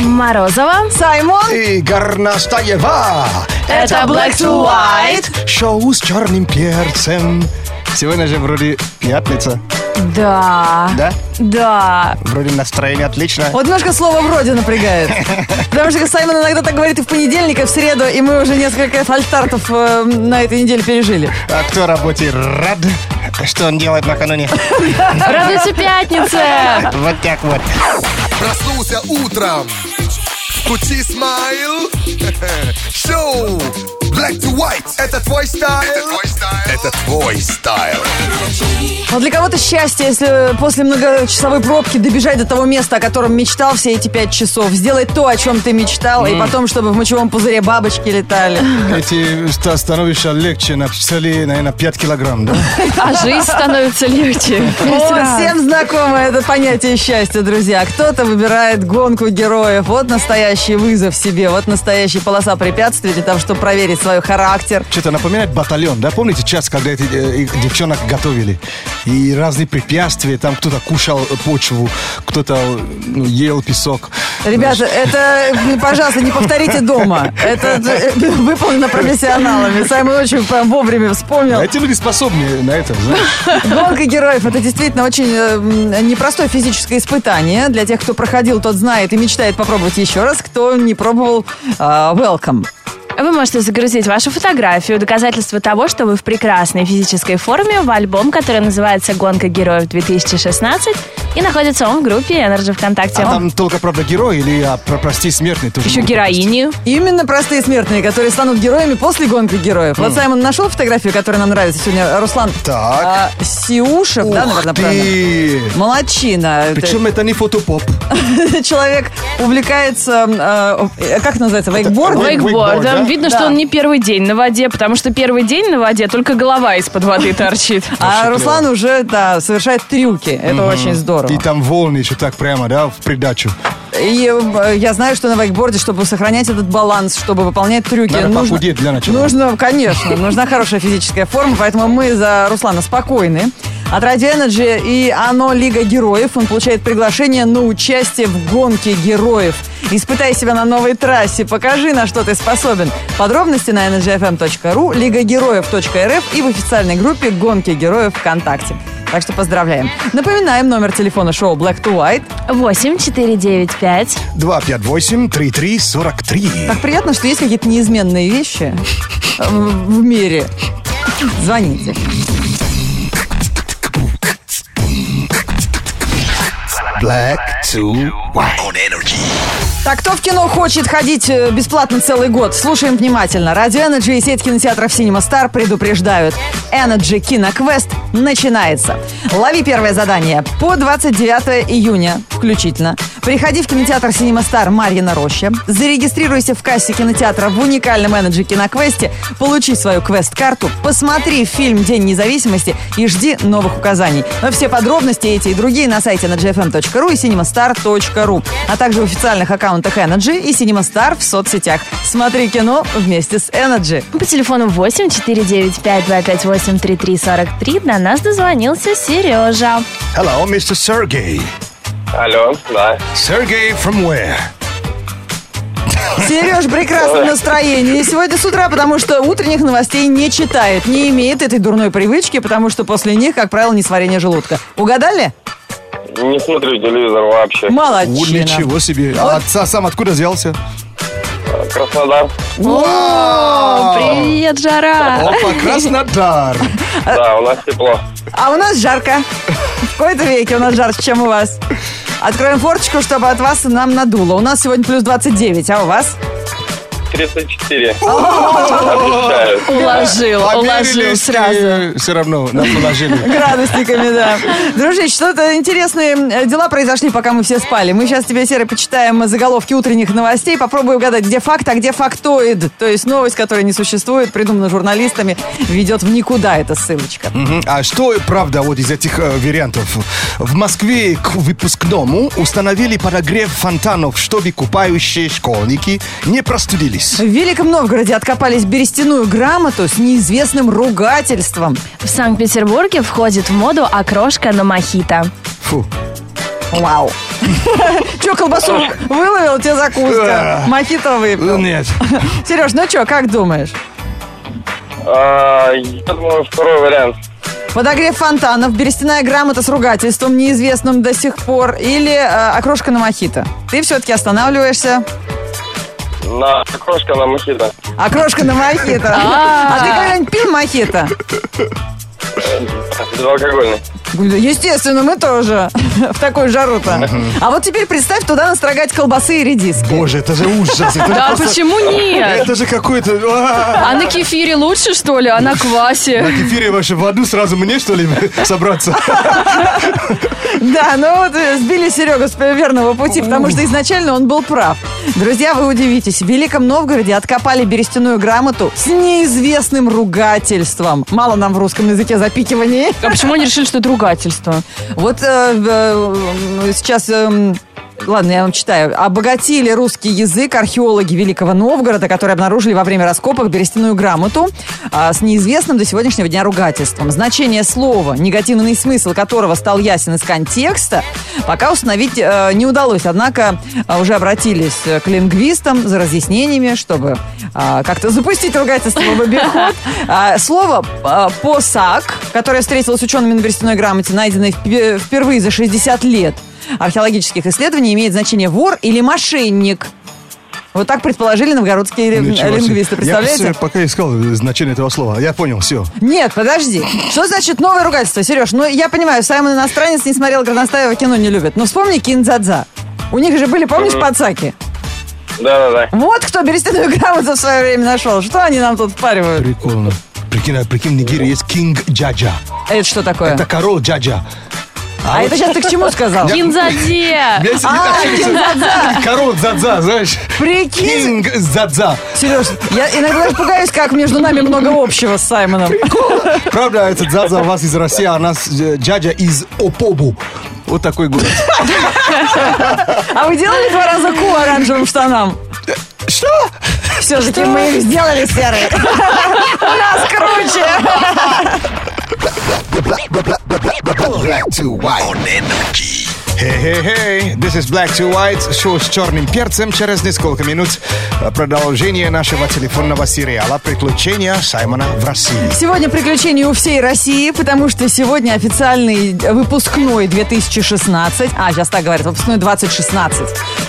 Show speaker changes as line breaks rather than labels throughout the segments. Морозова.
Саймон.
И Горностаева.
Это Black to White.
Шоу с черным перцем. Сегодня же вроде пятница,
Да.
да?
Да.
Вроде настроение отлично.
Вот немножко слово «вроде» напрягает. Потому что Саймон иногда так говорит и в понедельник, и в среду, и мы уже несколько фальстартов э, на этой неделе пережили.
А кто работе рад, что он делает накануне?
Радуйся пятнице.
Вот так вот.
Проснулся утром. Включи смайл. Шоу Black to White. Это твой стайл. Это твой стайл. Это твой стайл.
Но для кого-то счастье, если после многочасовой пробки добежать до того места, о котором мечтал все эти пять часов, сделать то, о чем ты мечтал, и потом, чтобы в мочевом пузыре бабочки летали.
Эти ста- становишься легче на цели, наверное, 5 килограмм, да?
А жизнь становится легче.
Вот всем знакомо это понятие счастья, друзья. Кто-то выбирает гонку героев. Вот настоящий вызов себе, вот настоящая полоса препятствий для того, чтобы проверить свой характер.
Что-то напоминает батальон, да? Помните час, когда эти э, их девчонок готовили? И разные препятствия, там кто-то кушал э, почву, кто-то э, ну, ел песок.
Ребята, это, ну, пожалуйста, не повторите дома. Это э, выполнено профессионалами. Саймон очень прям вовремя вспомнил.
А Эти люди способны на это, знаешь?
Гонка героев это действительно очень э, м, непростое физическое испытание. Для тех, кто проходил, тот знает и мечтает попробовать еще раз. Кто не пробовал, э, welcome.
Вы можете загрузить вашу фотографию, доказательство того, что вы в прекрасной физической форме, в альбом, который называется «Гонка героев-2016», и находится он в группе Energy ВКонтакте.
А там только, правда, герой или, а, про- прости, смертный тоже?
Еще
могут
героини.
Именно простые смертные, которые станут героями после гонки героев. Вот Саймон нашел фотографию, которая нам нравится сегодня. Руслан
Так.
а, Сиушев,
попасть.
да,
Ух
наверное, правильно?
ты!
Молодчина. Это
Причем это не фотопоп.
Человек увлекается, э, как называется, вейкбордом.
вейк-
Вейкбордом.
Вейкборд, да?
Видно,
Да.
что он не первый день на воде, потому что первый день на воде только голова из-под воды торчит.
А Руслан уже, да, совершает трюки. Это очень здорово.
И там волны еще так прямо, да, в придачу.
И э, я знаю, что на вейкборде, чтобы сохранять этот баланс, чтобы выполнять трюки,
Надо
нужно,
похудеть для начала.
нужно, конечно, нужна хорошая физическая форма, поэтому мы за Руслана спокойны. От Radio Energy и оно Лига Героев. Он получает приглашение на участие в гонке героев. Испытай себя на новой трассе, покажи, на что ты способен. Подробности на energyfm.ru, лигагероев.рф и в официальной группе «Гонки героев ВКонтакте». Так что поздравляем. Напоминаем номер телефона шоу Black to White.
8 4 9 5
258-3343.
Так приятно, что есть какие-то неизменные вещи э, в мире. Звоните.
Black to White. On Energy.
Так, кто в кино хочет ходить э, бесплатно целый год? Слушаем внимательно. Радио Energy и сеть кинотеатров Cinema Star предупреждают. Energy Киноквест начинается. Лови первое задание по 29 июня включительно. Приходи в кинотеатр Cinema Star Марьина Роща. Зарегистрируйся в кассе кинотеатра в уникальном Energy Киноквесте. Получи свою квест-карту. Посмотри фильм «День независимости» и жди новых указаний. Но все подробности эти и другие на сайте energyfm.ru и cinemastar.ru, а также в официальных аккаунтах Energy и CinemaStar в соцсетях. Смотри кино вместе с Energy.
По телефону 8 4 9 5 2 5 8 3 3 43 до нас дозвонился Сережа.
Hello, Mr. Sergey.
Алло, да.
Sergey from where?
Сереж в прекрасном настроении сегодня с утра, потому что утренних новостей не читает, не имеет этой дурной привычки, потому что после них, как правило, не сварение желудка. Угадали?
Не смотрю телевизор вообще.
О,
Молодчина.
ничего себе. А отца сам откуда взялся?
Краснодар.
А.
О, привет, жара!
Опа, Краснодар.
Да, у нас тепло.
А у нас жарко. В кои-то веке у нас жарче, чем у вас. Откроем форточку, чтобы от вас нам надуло. У нас сегодня плюс 29, а у вас?
34. Обещаю.
Уложил, уложил
Померились
сразу.
и Все равно нам положили.
Градусниками, да. Дружище, что-то интересные э, дела произошли, пока мы все спали. Мы сейчас тебе, Серый, почитаем заголовки утренних новостей. Попробую угадать, где факт, а где фактоид. То есть новость, которая не существует, придумана журналистами, ведет в никуда эта ссылочка.
Мгм. А что правда вот из этих э, вариантов? В Москве к выпускному установили подогрев фонтанов, чтобы купающие школьники не простудились.
В Великом Новгороде откопались берестяную грамоту с неизвестным ругательством.
В Санкт-Петербурге входит в моду окрошка на мохито.
Фу.
Вау. Че, колбасу выловил, тебе закуска.
Э.
Мохито выпил.
Нет.
Сереж, ну что, как думаешь?
А, я думаю, второй вариант.
Подогрев фонтанов, берестяная грамота с ругательством, неизвестным до сих пор, или э, окрошка на мохито? Ты все-таки останавливаешься.
На окрошка на мохито.
Окрошка на мохито. А ты когда-нибудь пил мохито?
Безалкогольный.
Говорю, Естественно, мы тоже. В такую жару-то. А вот теперь представь туда настрогать колбасы и редиски.
Боже, это же ужас. Это,
Да
просто-
почему нет?
это же какой-то... А,
А на кефире лучше, что ли? А на
На
квасе?
кефире вообще в аду сразу мне, что ли, собраться?
Да, ну вот э, сбили Серегу с верного пути, потому что изначально он был прав. Друзья, вы удивитесь, в Великом Новгороде откопали берестяную грамоту с неизвестным ругательством. Мало нам в русском языке запикиваний.
А почему они решили, что это ругательство?
Вот э, в- э, сейчас... эм, Ладно, я вам читаю. Обогатили русский язык археологи Великого Новгорода, которые обнаружили во время раскопок берестяную грамоту а, с неизвестным до сегодняшнего дня ругательством. Значение слова, негативный смысл которого стал ясен из контекста, пока установить э, не удалось. Однако а, уже обратились э, к лингвистам за разъяснениями, чтобы а, как-то запустить ругательство в обиход. А, Слово а, «посак», которое встретилось с учеными на берестяной грамоте, найденное впе- впервые за 60 лет археологических исследований, имеет значение «вор» или «мошенник». Вот так предположили новгородские лин-
Ничего себе.
Э, лингвисты,
Я
представляете?
просто пока искал э, значение этого слова. Я понял, все.
Нет, подожди. Что значит новое ругательство, Сереж? Ну, я понимаю, Саймон иностранец не смотрел Горностаева, кино не любит. Но вспомни киндзадза. У них же были, помнишь, пацаки?
Да-да-да.
Вот кто берестяную грамоту в свое время нашел. Что они нам тут впаривают?
Прикольно. Прикинь, а прикинь, в Нигерии есть Кинг Джаджа.
Это что такое?
Это король Джаджа.
А это сейчас ты к чему сказал?
Кинзаде!
Я сидит
А,
общается. Король Дзадза, знаешь?
Прикинь,
Кинг Дзадза.
Сереж, я иногда даже пугаюсь, как между нами много общего с Саймоном.
Правда, это Дзадза у вас из России, а у нас э, Джаджа из Опобу. Вот такой город.
А вы делали два раза ку оранжевым штанам?
Что?
Все-таки мы их сделали серые. У нас круче.
Black to white.
Хей-хей-хей, this is Black to White, шоу с черным перцем. Через несколько минут э, продолжение нашего телефонного сериала «Приключения Саймона в России».
Сегодня приключения у всей России, потому что сегодня официальный выпускной 2016, а сейчас так говорят, выпускной 2016,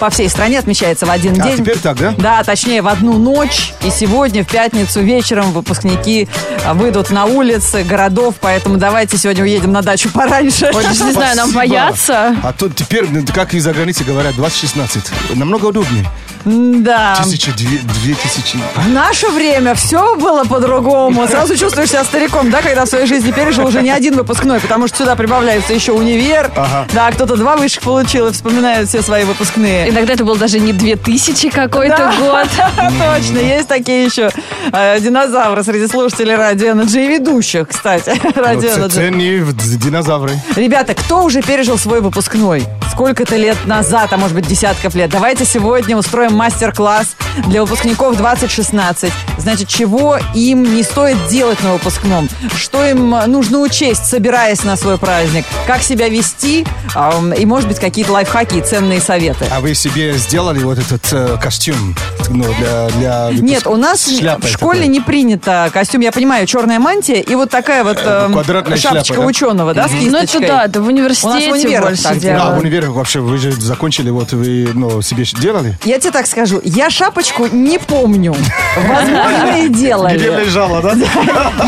по всей стране отмечается в один
А
день.
теперь так, да?
Да, точнее, в одну ночь. И сегодня, в пятницу вечером, выпускники а, выйдут на улицы городов, поэтому давайте сегодня уедем на дачу пораньше.
Даже не знаю, нам
Спасибо.
бояться.
А тут теперь, ну, как и за границей говорят, 2016. Намного удобнее.
Да.
Тысяча, две, две тысячи.
В наше время все было по-другому. Сразу чувствуешь себя стариком, да, когда в своей жизни пережил уже не один выпускной, потому что сюда прибавляется еще универ.
Ага.
Да, кто-то два высших получил и вспоминает все свои выпускные.
Иногда это был даже не 2000 какой-то год.
Точно, есть такие еще э, динозавры среди слушателей Радио Energy и ведущих, кстати, Радио
Вот,
Energy.
Ценни, в- д- динозавры.
Ребята, кто уже пережил свой выпускной? Сколько-то лет назад, а может быть десятков лет. Давайте сегодня устроим мастер-класс для выпускников 2016. Значит, чего им не стоит делать на выпускном? Что им э, нужно учесть, собираясь на свой праздник? Как себя вести? Ам, И, может быть, какие-то лайфхаки и ценные советы.
А вы себе сделали вот этот э, костюм ну, для, для выпуска?
Нет, у нас
С шляпой
в школе
такой.
не принято костюм. Я понимаю, черная мантия и вот такая вот эм,
Э, квадратная шляпа, да?
шапочка ученого, да, с
Ну это
кисточкой.
да, это в
У нас в
университете
универах
больше
Да, А, в
так
делают.
универе вообще вы же закончили, вот вы ну, себе щ- делали?
Я тебе так скажу, я шапочку не помню. Возможно, и делали.
лежала, да?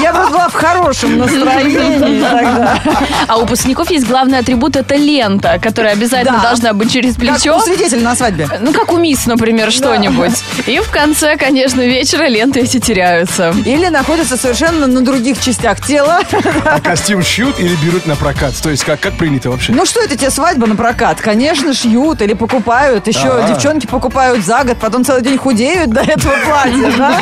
Я просто была в хорошем настроении тогда.
А у выпускников есть главный атрибут – это лента, которая обязательно
Да.
должна быть через
Как
плечо.
у свидетеля на свадьбе.
Ну, как у мисс, например, что-нибудь. И в конце, конечно, вечера ленты эти теряются.
Или находятся совершенно на других частях тела.
А костюм шьют или берут на прокат? То есть как, как принято вообще?
Ну что это тебе свадьба на прокат? Конечно, шьют или покупают. Еще
Ага.
девчонки покупают за год, потом целый день худеют до этого платья, да?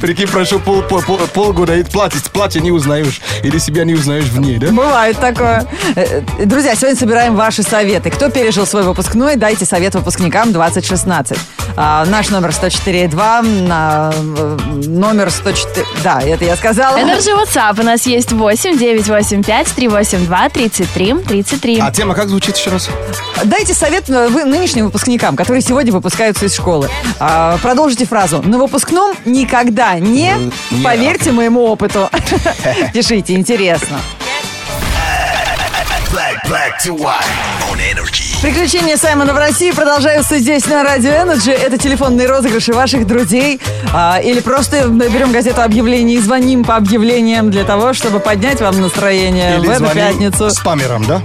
Прикинь, прошу пол, пол- пол- полгода и платье, платье не узнаешь. Или себя не узнаешь в ней, да?
Бывает такое. Э, э, Друзья, сегодня собираем ваши советы. Кто пережил свой выпускной, дайте совет выпускникам 2016. А, наш номер 104.2, на, э, номер 104... Да, это я сказала.
Energy WhatsApp у нас есть 8 985 382 33 33.
А тема как звучит еще раз?
Дайте совет э, вы, нынешним выпускникам, которые сегодня выпускаются из школы. А, продолжите фразу. На выпускном никогда не...
не.
Поверьте моему опыту. Пишите, интересно.
Black, black to white on energy.
Приключения Саймона в России продолжаются здесь на Радио Энерджи. Это телефонные розыгрыши ваших друзей. А, или просто берем газету объявлений и звоним по объявлениям для того, чтобы поднять вам настроение в эту
звоним
Э, пятницу.
спамером, да?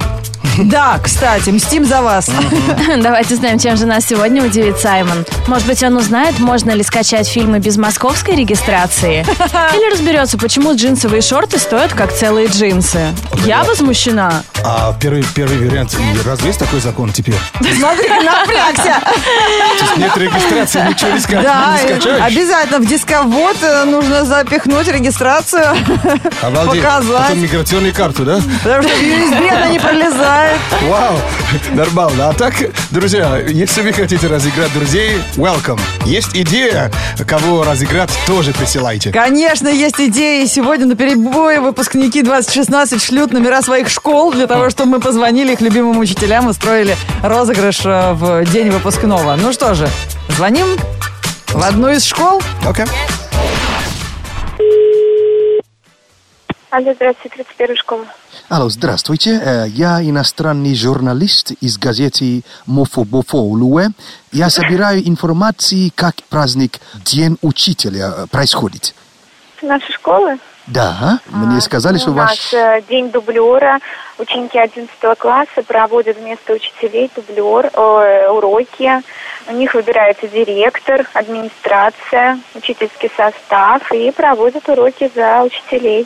Да, кстати, мстим за вас.
Давайте узнаем, чем же нас сегодня удивит Саймон. Может быть, он узнает, можно ли скачать фильмы без московской регистрации? Или разберется, почему джинсовые шорты стоят как целые джинсы? Я возмущена.
А первый, первый вариант, и разве есть такой закон теперь?
Смотри, напрягся.
То есть нет регистрации, ничего не, ска...
Да,
не скачаешь?
обязательно в дисковод э, нужно запихнуть регистрацию,
Обалдеть. Потом
показать,
миграционную карту, да?
потому что USB она не пролезает.
Вау, нормально. А так, друзья, если вы хотите разыграть друзей, welcome. Есть идея, кого разыграть, тоже присылайте.
Конечно, есть идеи. Сегодня на перебой выпускники 2016 шлют номера своих школ для того, чтобы мы позвонили их любимым учителям, устроили розыгрыш э, в день выпускного. Ну что же, звоним в одну из школ.
Окей.
Алло, здравствуйте, 31 школа.
Алло, здравствуйте. Э, Я иностранный журналист из газеты Мофобофоулуэ. Я собираю информации, как праздник День Учителя э, происходит.
Наши школы? А,
Да, мне сказали, что
У нас
ваш...
э, день дублера. Ученики 11 класса проводят вместо учителей дублер, э, уроки. У них выбирается директор, администрация, учительский состав и проводят уроки за учителей.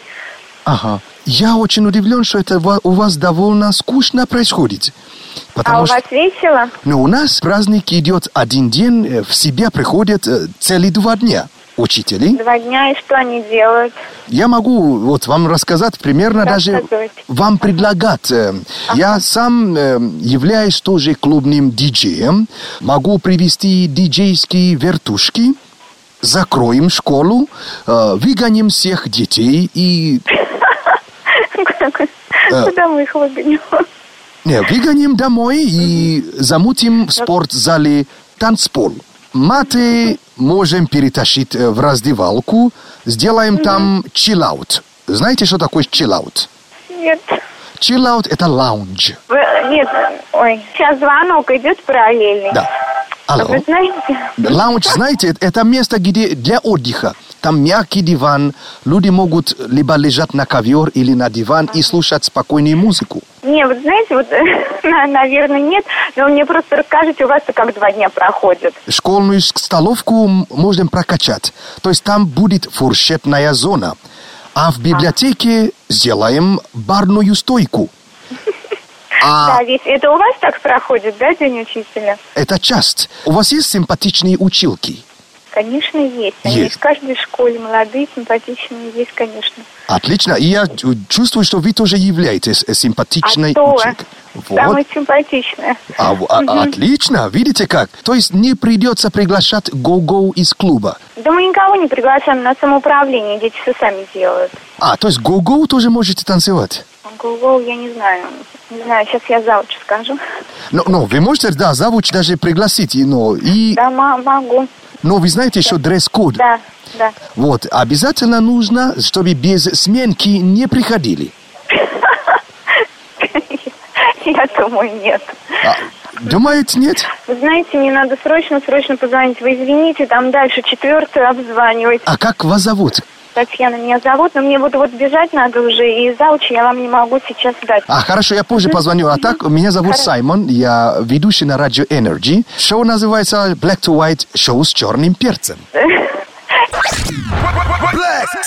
Ага. Я очень удивлен, что это ва- у вас довольно скучно происходит.
а
Потому
у
что...
вас весело?
Но у нас праздник идет один день, э, в себя приходят э, целые два дня. Учители.
Два дня, и что они делают?
Я могу вот вам рассказать примерно даже
Рассказывайте.
вам предлагать. Э, Я сам э, являюсь тоже клубным диджеем. Могу привести диджейские вертушки. Закроем школу, э, выгоним всех детей и
Куда мы их выгоним?
не, выгоним домой и замутим в спортзале танцпол. Маты можем перетащить э, в раздевалку, сделаем там чиллаут. Знаете, что такое чиллаут?
Нет.
Чиллаут это лаунж.
Вы- Нет. Ой, сейчас звонок идет параллельный. А
Да.
Вы
Алло.
знаете,
Лаунж, знаете, это место, где для отдыха. Там мягкий диван. Люди могут либо лежать на ковер или на диван и слушать спокойную музыку.
Не, вот знаете, вот, на- наверное, нет, но мне просто расскажите, у вас-то как два дня проходят.
Школьную с- столовку м- можем прокачать. То есть там будет фуршетная зона. А в библиотеке сделаем барную стойку. А
Да, ведь это у вас так проходит, да, День учителя?
это часть. У вас есть симпатичные училки?
Конечно, есть. Они
Есть.
в каждой школе молодые, симпатичные, есть, конечно.
Отлично. И я чу- чувствую, что вы тоже являетесь э, симпатичной
А то.
училкой. Вот.
Самые симпатичные.
А, в- а- Отлично, видите как? То есть не придется приглашать го-го из клуба.
Да мы никого не приглашаем на самоуправление, дети все сами делают.
А, то есть го-го тоже можете танцевать?
Google, я не знаю. Не знаю, сейчас я завтра скажу.
Но, но вы можете, да, завуч даже пригласить, и- но, и,
Да, ма- могу.
но вы знаете еще дресс-код.
Да, да.
Вот, обязательно нужно, чтобы без сменки не приходили.
Я думаю, нет.
А, думаете, нет?
Вы знаете, мне надо срочно-срочно позвонить. Вы извините, там дальше четвертую обзванивать.
А как вас зовут?
Татьяна меня зовут, но мне вот вот бежать надо уже, и зауч я вам не могу сейчас дать.
А, хорошо, я позже позвоню. А так, меня зовут Саймон, я ведущий на радио Energy. Шоу называется Black to White, шоу с черным перцем.
Black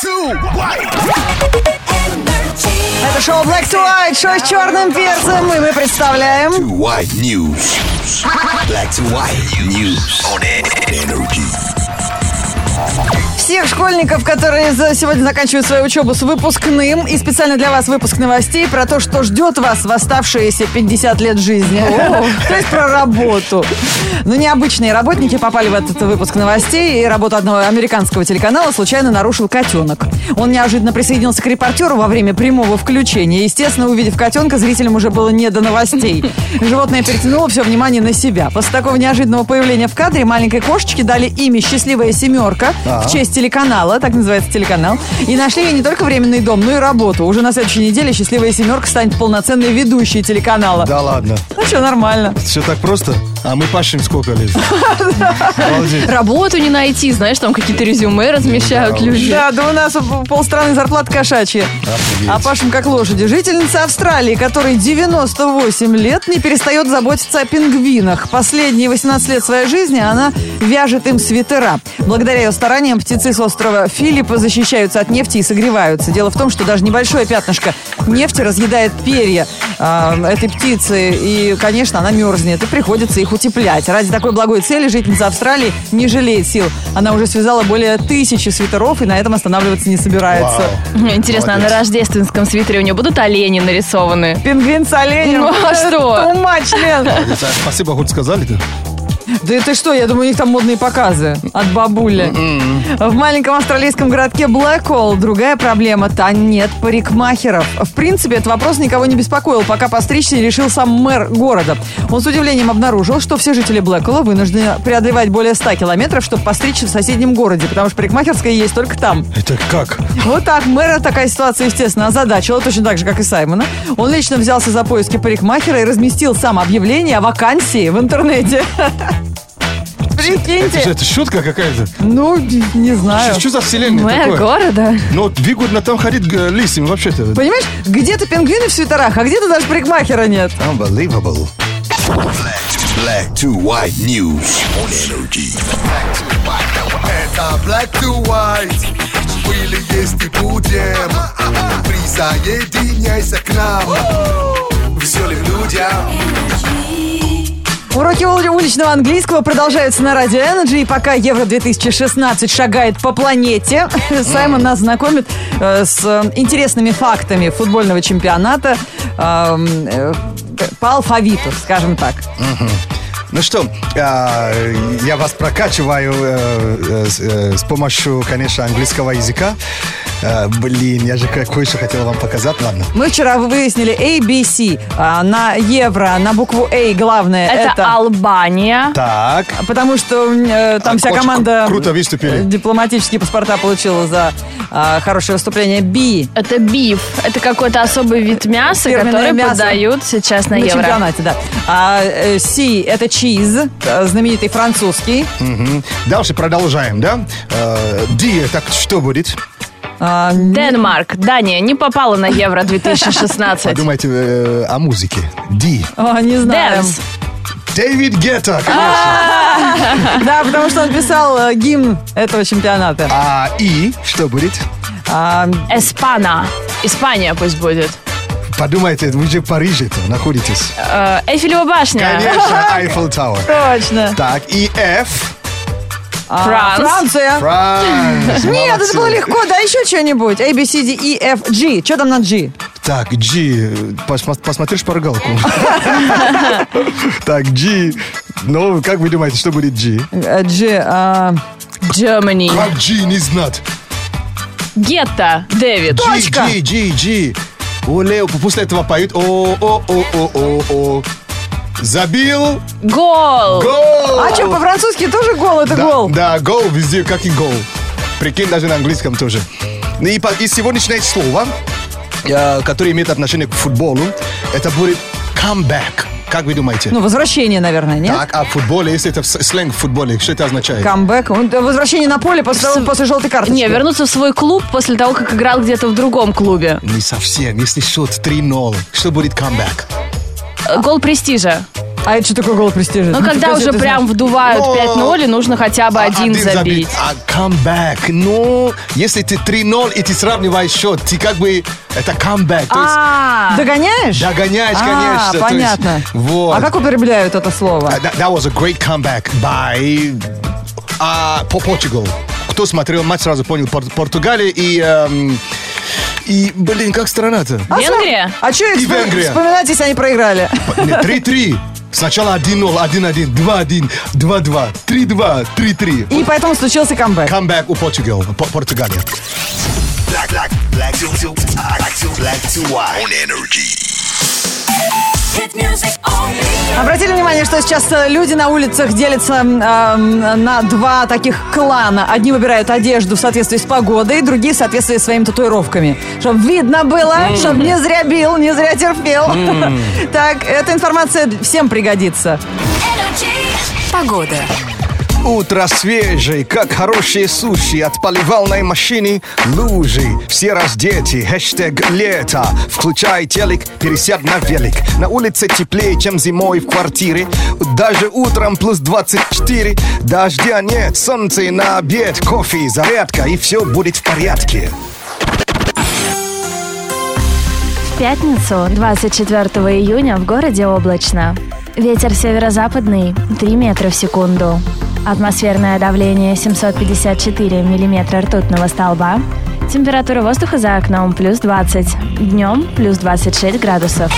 to white.
Это шоу Black to White, шоу с черным перцем, и мы представляем...
White news. Black to white news on energy.
Всех школьников, которые за- сегодня заканчивают свою учебу с выпускным. И специально для вас выпуск новостей про то, что ждет вас в оставшиеся 50 лет жизни. То есть про работу. Но необычные работники попали в этот выпуск новостей. И работу одного американского телеканала случайно нарушил котенок. Он неожиданно присоединился к репортеру во время прямого включения. Естественно, увидев котенка, зрителям уже было не до новостей. Животное перетянуло все внимание на себя. После такого неожиданного появления в кадре маленькой кошечке дали имя «Счастливая семерка» в честь телеканала, так называется телеканал, и нашли ей не только временный дом, но и работу. Уже на следующей неделе «Счастливая семерка» станет полноценной ведущей телеканала.
Да ладно.
Ну что, нормально.
Все так просто? А мы пашем сколько лет? Обалдеть.
Работу не найти, знаешь, там какие-то резюме размещают люди.
Да, да у нас у полстраны зарплата кошачья.
Офигеть.
А пашем как лошади. Жительница Австралии, которой 98 лет, не перестает заботиться о пингвинах. Последние 18 лет своей жизни она вяжет им свитера. Благодаря ее стараниям птицы с острова Филиппа защищаются от нефти и согреваются. Дело в том, что даже небольшое пятнышко нефти разъедает перья э, этой птицы. И, конечно, она мерзнет. И приходится их утеплять. Ради такой благой цели жительница Австралии не жалеет сил. Она уже связала более тысячи свитеров и на этом останавливаться не собирается.
Вау.
Интересно, а на рождественском свитере у нее будут олени нарисованы?
Пингвин с оленем.
Ну, а что?
Too much, Лен.
Это Спасибо, хоть сказали-то.
Да ты что, я думаю, у них там модные показы от бабули. В маленьком австралийском городке Блэкхолл другая проблема. Там нет парикмахеров. В принципе, этот вопрос никого не беспокоил, пока постричься не решил сам мэр города. Он с удивлением обнаружил, что все жители Блэкхолла вынуждены преодолевать более 100 километров, чтобы постричься в соседнем городе, потому что парикмахерская есть только там.
Это как?
Вот так, мэра такая ситуация, естественно, озадачила, точно так же, как и Саймона. Он лично взялся за поиски парикмахера и разместил сам объявление о вакансии в интернете.
Это, же-
Прикиньте.
это шутка какая-то.
Ну, не знаю.
Что, что за вселенная
Мэр
такое?
города.
Ну, вот выгодно там ходить э, лисим вообще-то.
Понимаешь, где-то пингвины в свитерах, а где-то даже парикмахера нет.
Unbelievable.
Black to white news on energy. Это black to white. Были, есть и будем. Присоединяйся к нам. Веселым людям.
Уроки ули- уличного английского продолжаются на радио Energy, и пока Евро-2016 шагает по планете, Саймон нас знакомит э, с э, интересными фактами футбольного чемпионата эм, э, по алфавиту, скажем так.
Ну что, э, я вас прокачиваю э, э, с- э, с помощью, конечно, английского языка. Э, Блин, я же ко- кое-что хотел вам показать, ладно.
Мы вчера выяснили ABC а, на евро, на букву A главное это...
Это, Албания.
Так,
Потому что э, там
А,
вся
очень
команда
кру- круто выступили.
э, дипломатические паспорта получила за а, хорошее выступление B
Это биф. Это какой-то особый вид мяса,
Фирменное
который
мясо.
подают сейчас на,
на
евро.
чемпионате, да. А э, C это чиз, э, знаменитый французский.
мгм. дальше продолжаем, да? Э, Ди, так что будет?
А, н-
Денмарк, Дания, не попала на Евро 2016.
Подумайте э, о музыке. Ди.
а, не знаю.
Дэнс.
Дэвид Гетта, конечно.
Да, потому что он писал э, гимн этого чемпионата.
А И, что будет?
А,
Эспана. Испания пусть будет.
Подумайте, вы же в Париже-то находитесь.
Э, Эйфелева башня.
Конечно, Eiffel Tower.
точно.
Так, и F.
А,
Франц.
Франция.
Франс.
Нет, это
Молодцы.
было легко. Да еще что-нибудь. A, B, C, D, E, F, G. Что там на G?
Так, G, посма- посмотри шпаргалку. Так, G, ну, как вы думаете, что будет G?
Э, G. а,
Germany.
Как G не знать?
Гетто. Дэвид.
G, G, G, G. Оле, после этого поют о о о о о о Забил
Гол.
гол!
А что, по-французски тоже гол это
Э, Да,
гол?
Да, гол везде, как и гол. Прикинь, даже на английском тоже. Ну И, по- и сегодняшнее слово, э, которое имеет отношение к футболу, это будет comeback. Как вы думаете?
Ну, возвращение, наверное, нет?
Так, а в футболе, если это в с- сленг в футболе, что это означает?
Камбэк. Он- да, Возвращение на поле после, того- после желтой карточки.
Не, вернуться в свой клуб после того, как играл где-то в другом клубе.
Не совсем. Если счет 3-0, что будет камбэк?
Э, Гол престижа.
А это что такое гол престижа?
Ну, когда
Как
уже
это
прям
значит?
вдувают
Ну,
5-0, и нужно хотя бы
А,
один забить.
А камбэк, ну, если ты 3-0 и ты сравниваешь счет, ты как бы, это камбэк. То есть
А,
Догоняешь?
догоняешь,
А,
конечно. то есть-
понятно.
вот.
А как
э,
употребляют это слово?
Uh, that, that was a great comeback by uh, Po- Portugal. Кто смотрел матч, сразу понял Пор- Португалия и... эм, и, блин, как страна-то?
А что-
Венгрия?
А что их
И Венгрия.
вспоминать, если они проиграли?
Не, 3-3. Сначала 1-0, 1-1, 2-1, 2-2, 3-2, 3-3.
И поэтому случился камбэк.
Comeback у Португал, По- Португалии.
Black, black, black to, to, black to, black to white. On energy.
Обратили внимание, что сейчас э, люди на улицах делятся м, эм, на два таких клана. Одни выбирают одежду в соответствии с погодой, другие в соответствии с своими татуировками. Чтобы видно было, чтобы не зря бил, не зря терпел. Так, эта информация всем пригодится.
Погода.
Утро свежее, как хорошие суши От поливалной машины лужи Все раздеты, хэштег лето Включай телек, пересядь на велик На улице теплее, чем зимой в квартире Даже утром плюс 24 Дождя нет, солнце на обед Кофе, зарядка и все будет в порядке
В пятницу, 24 июня, в городе облачно. Ветер северо-западный 3 метра в секунду. Атмосферное давление 754 миллиметра ртутного столба. Температура воздуха за окном плюс 20. Днем плюс 26 градусов.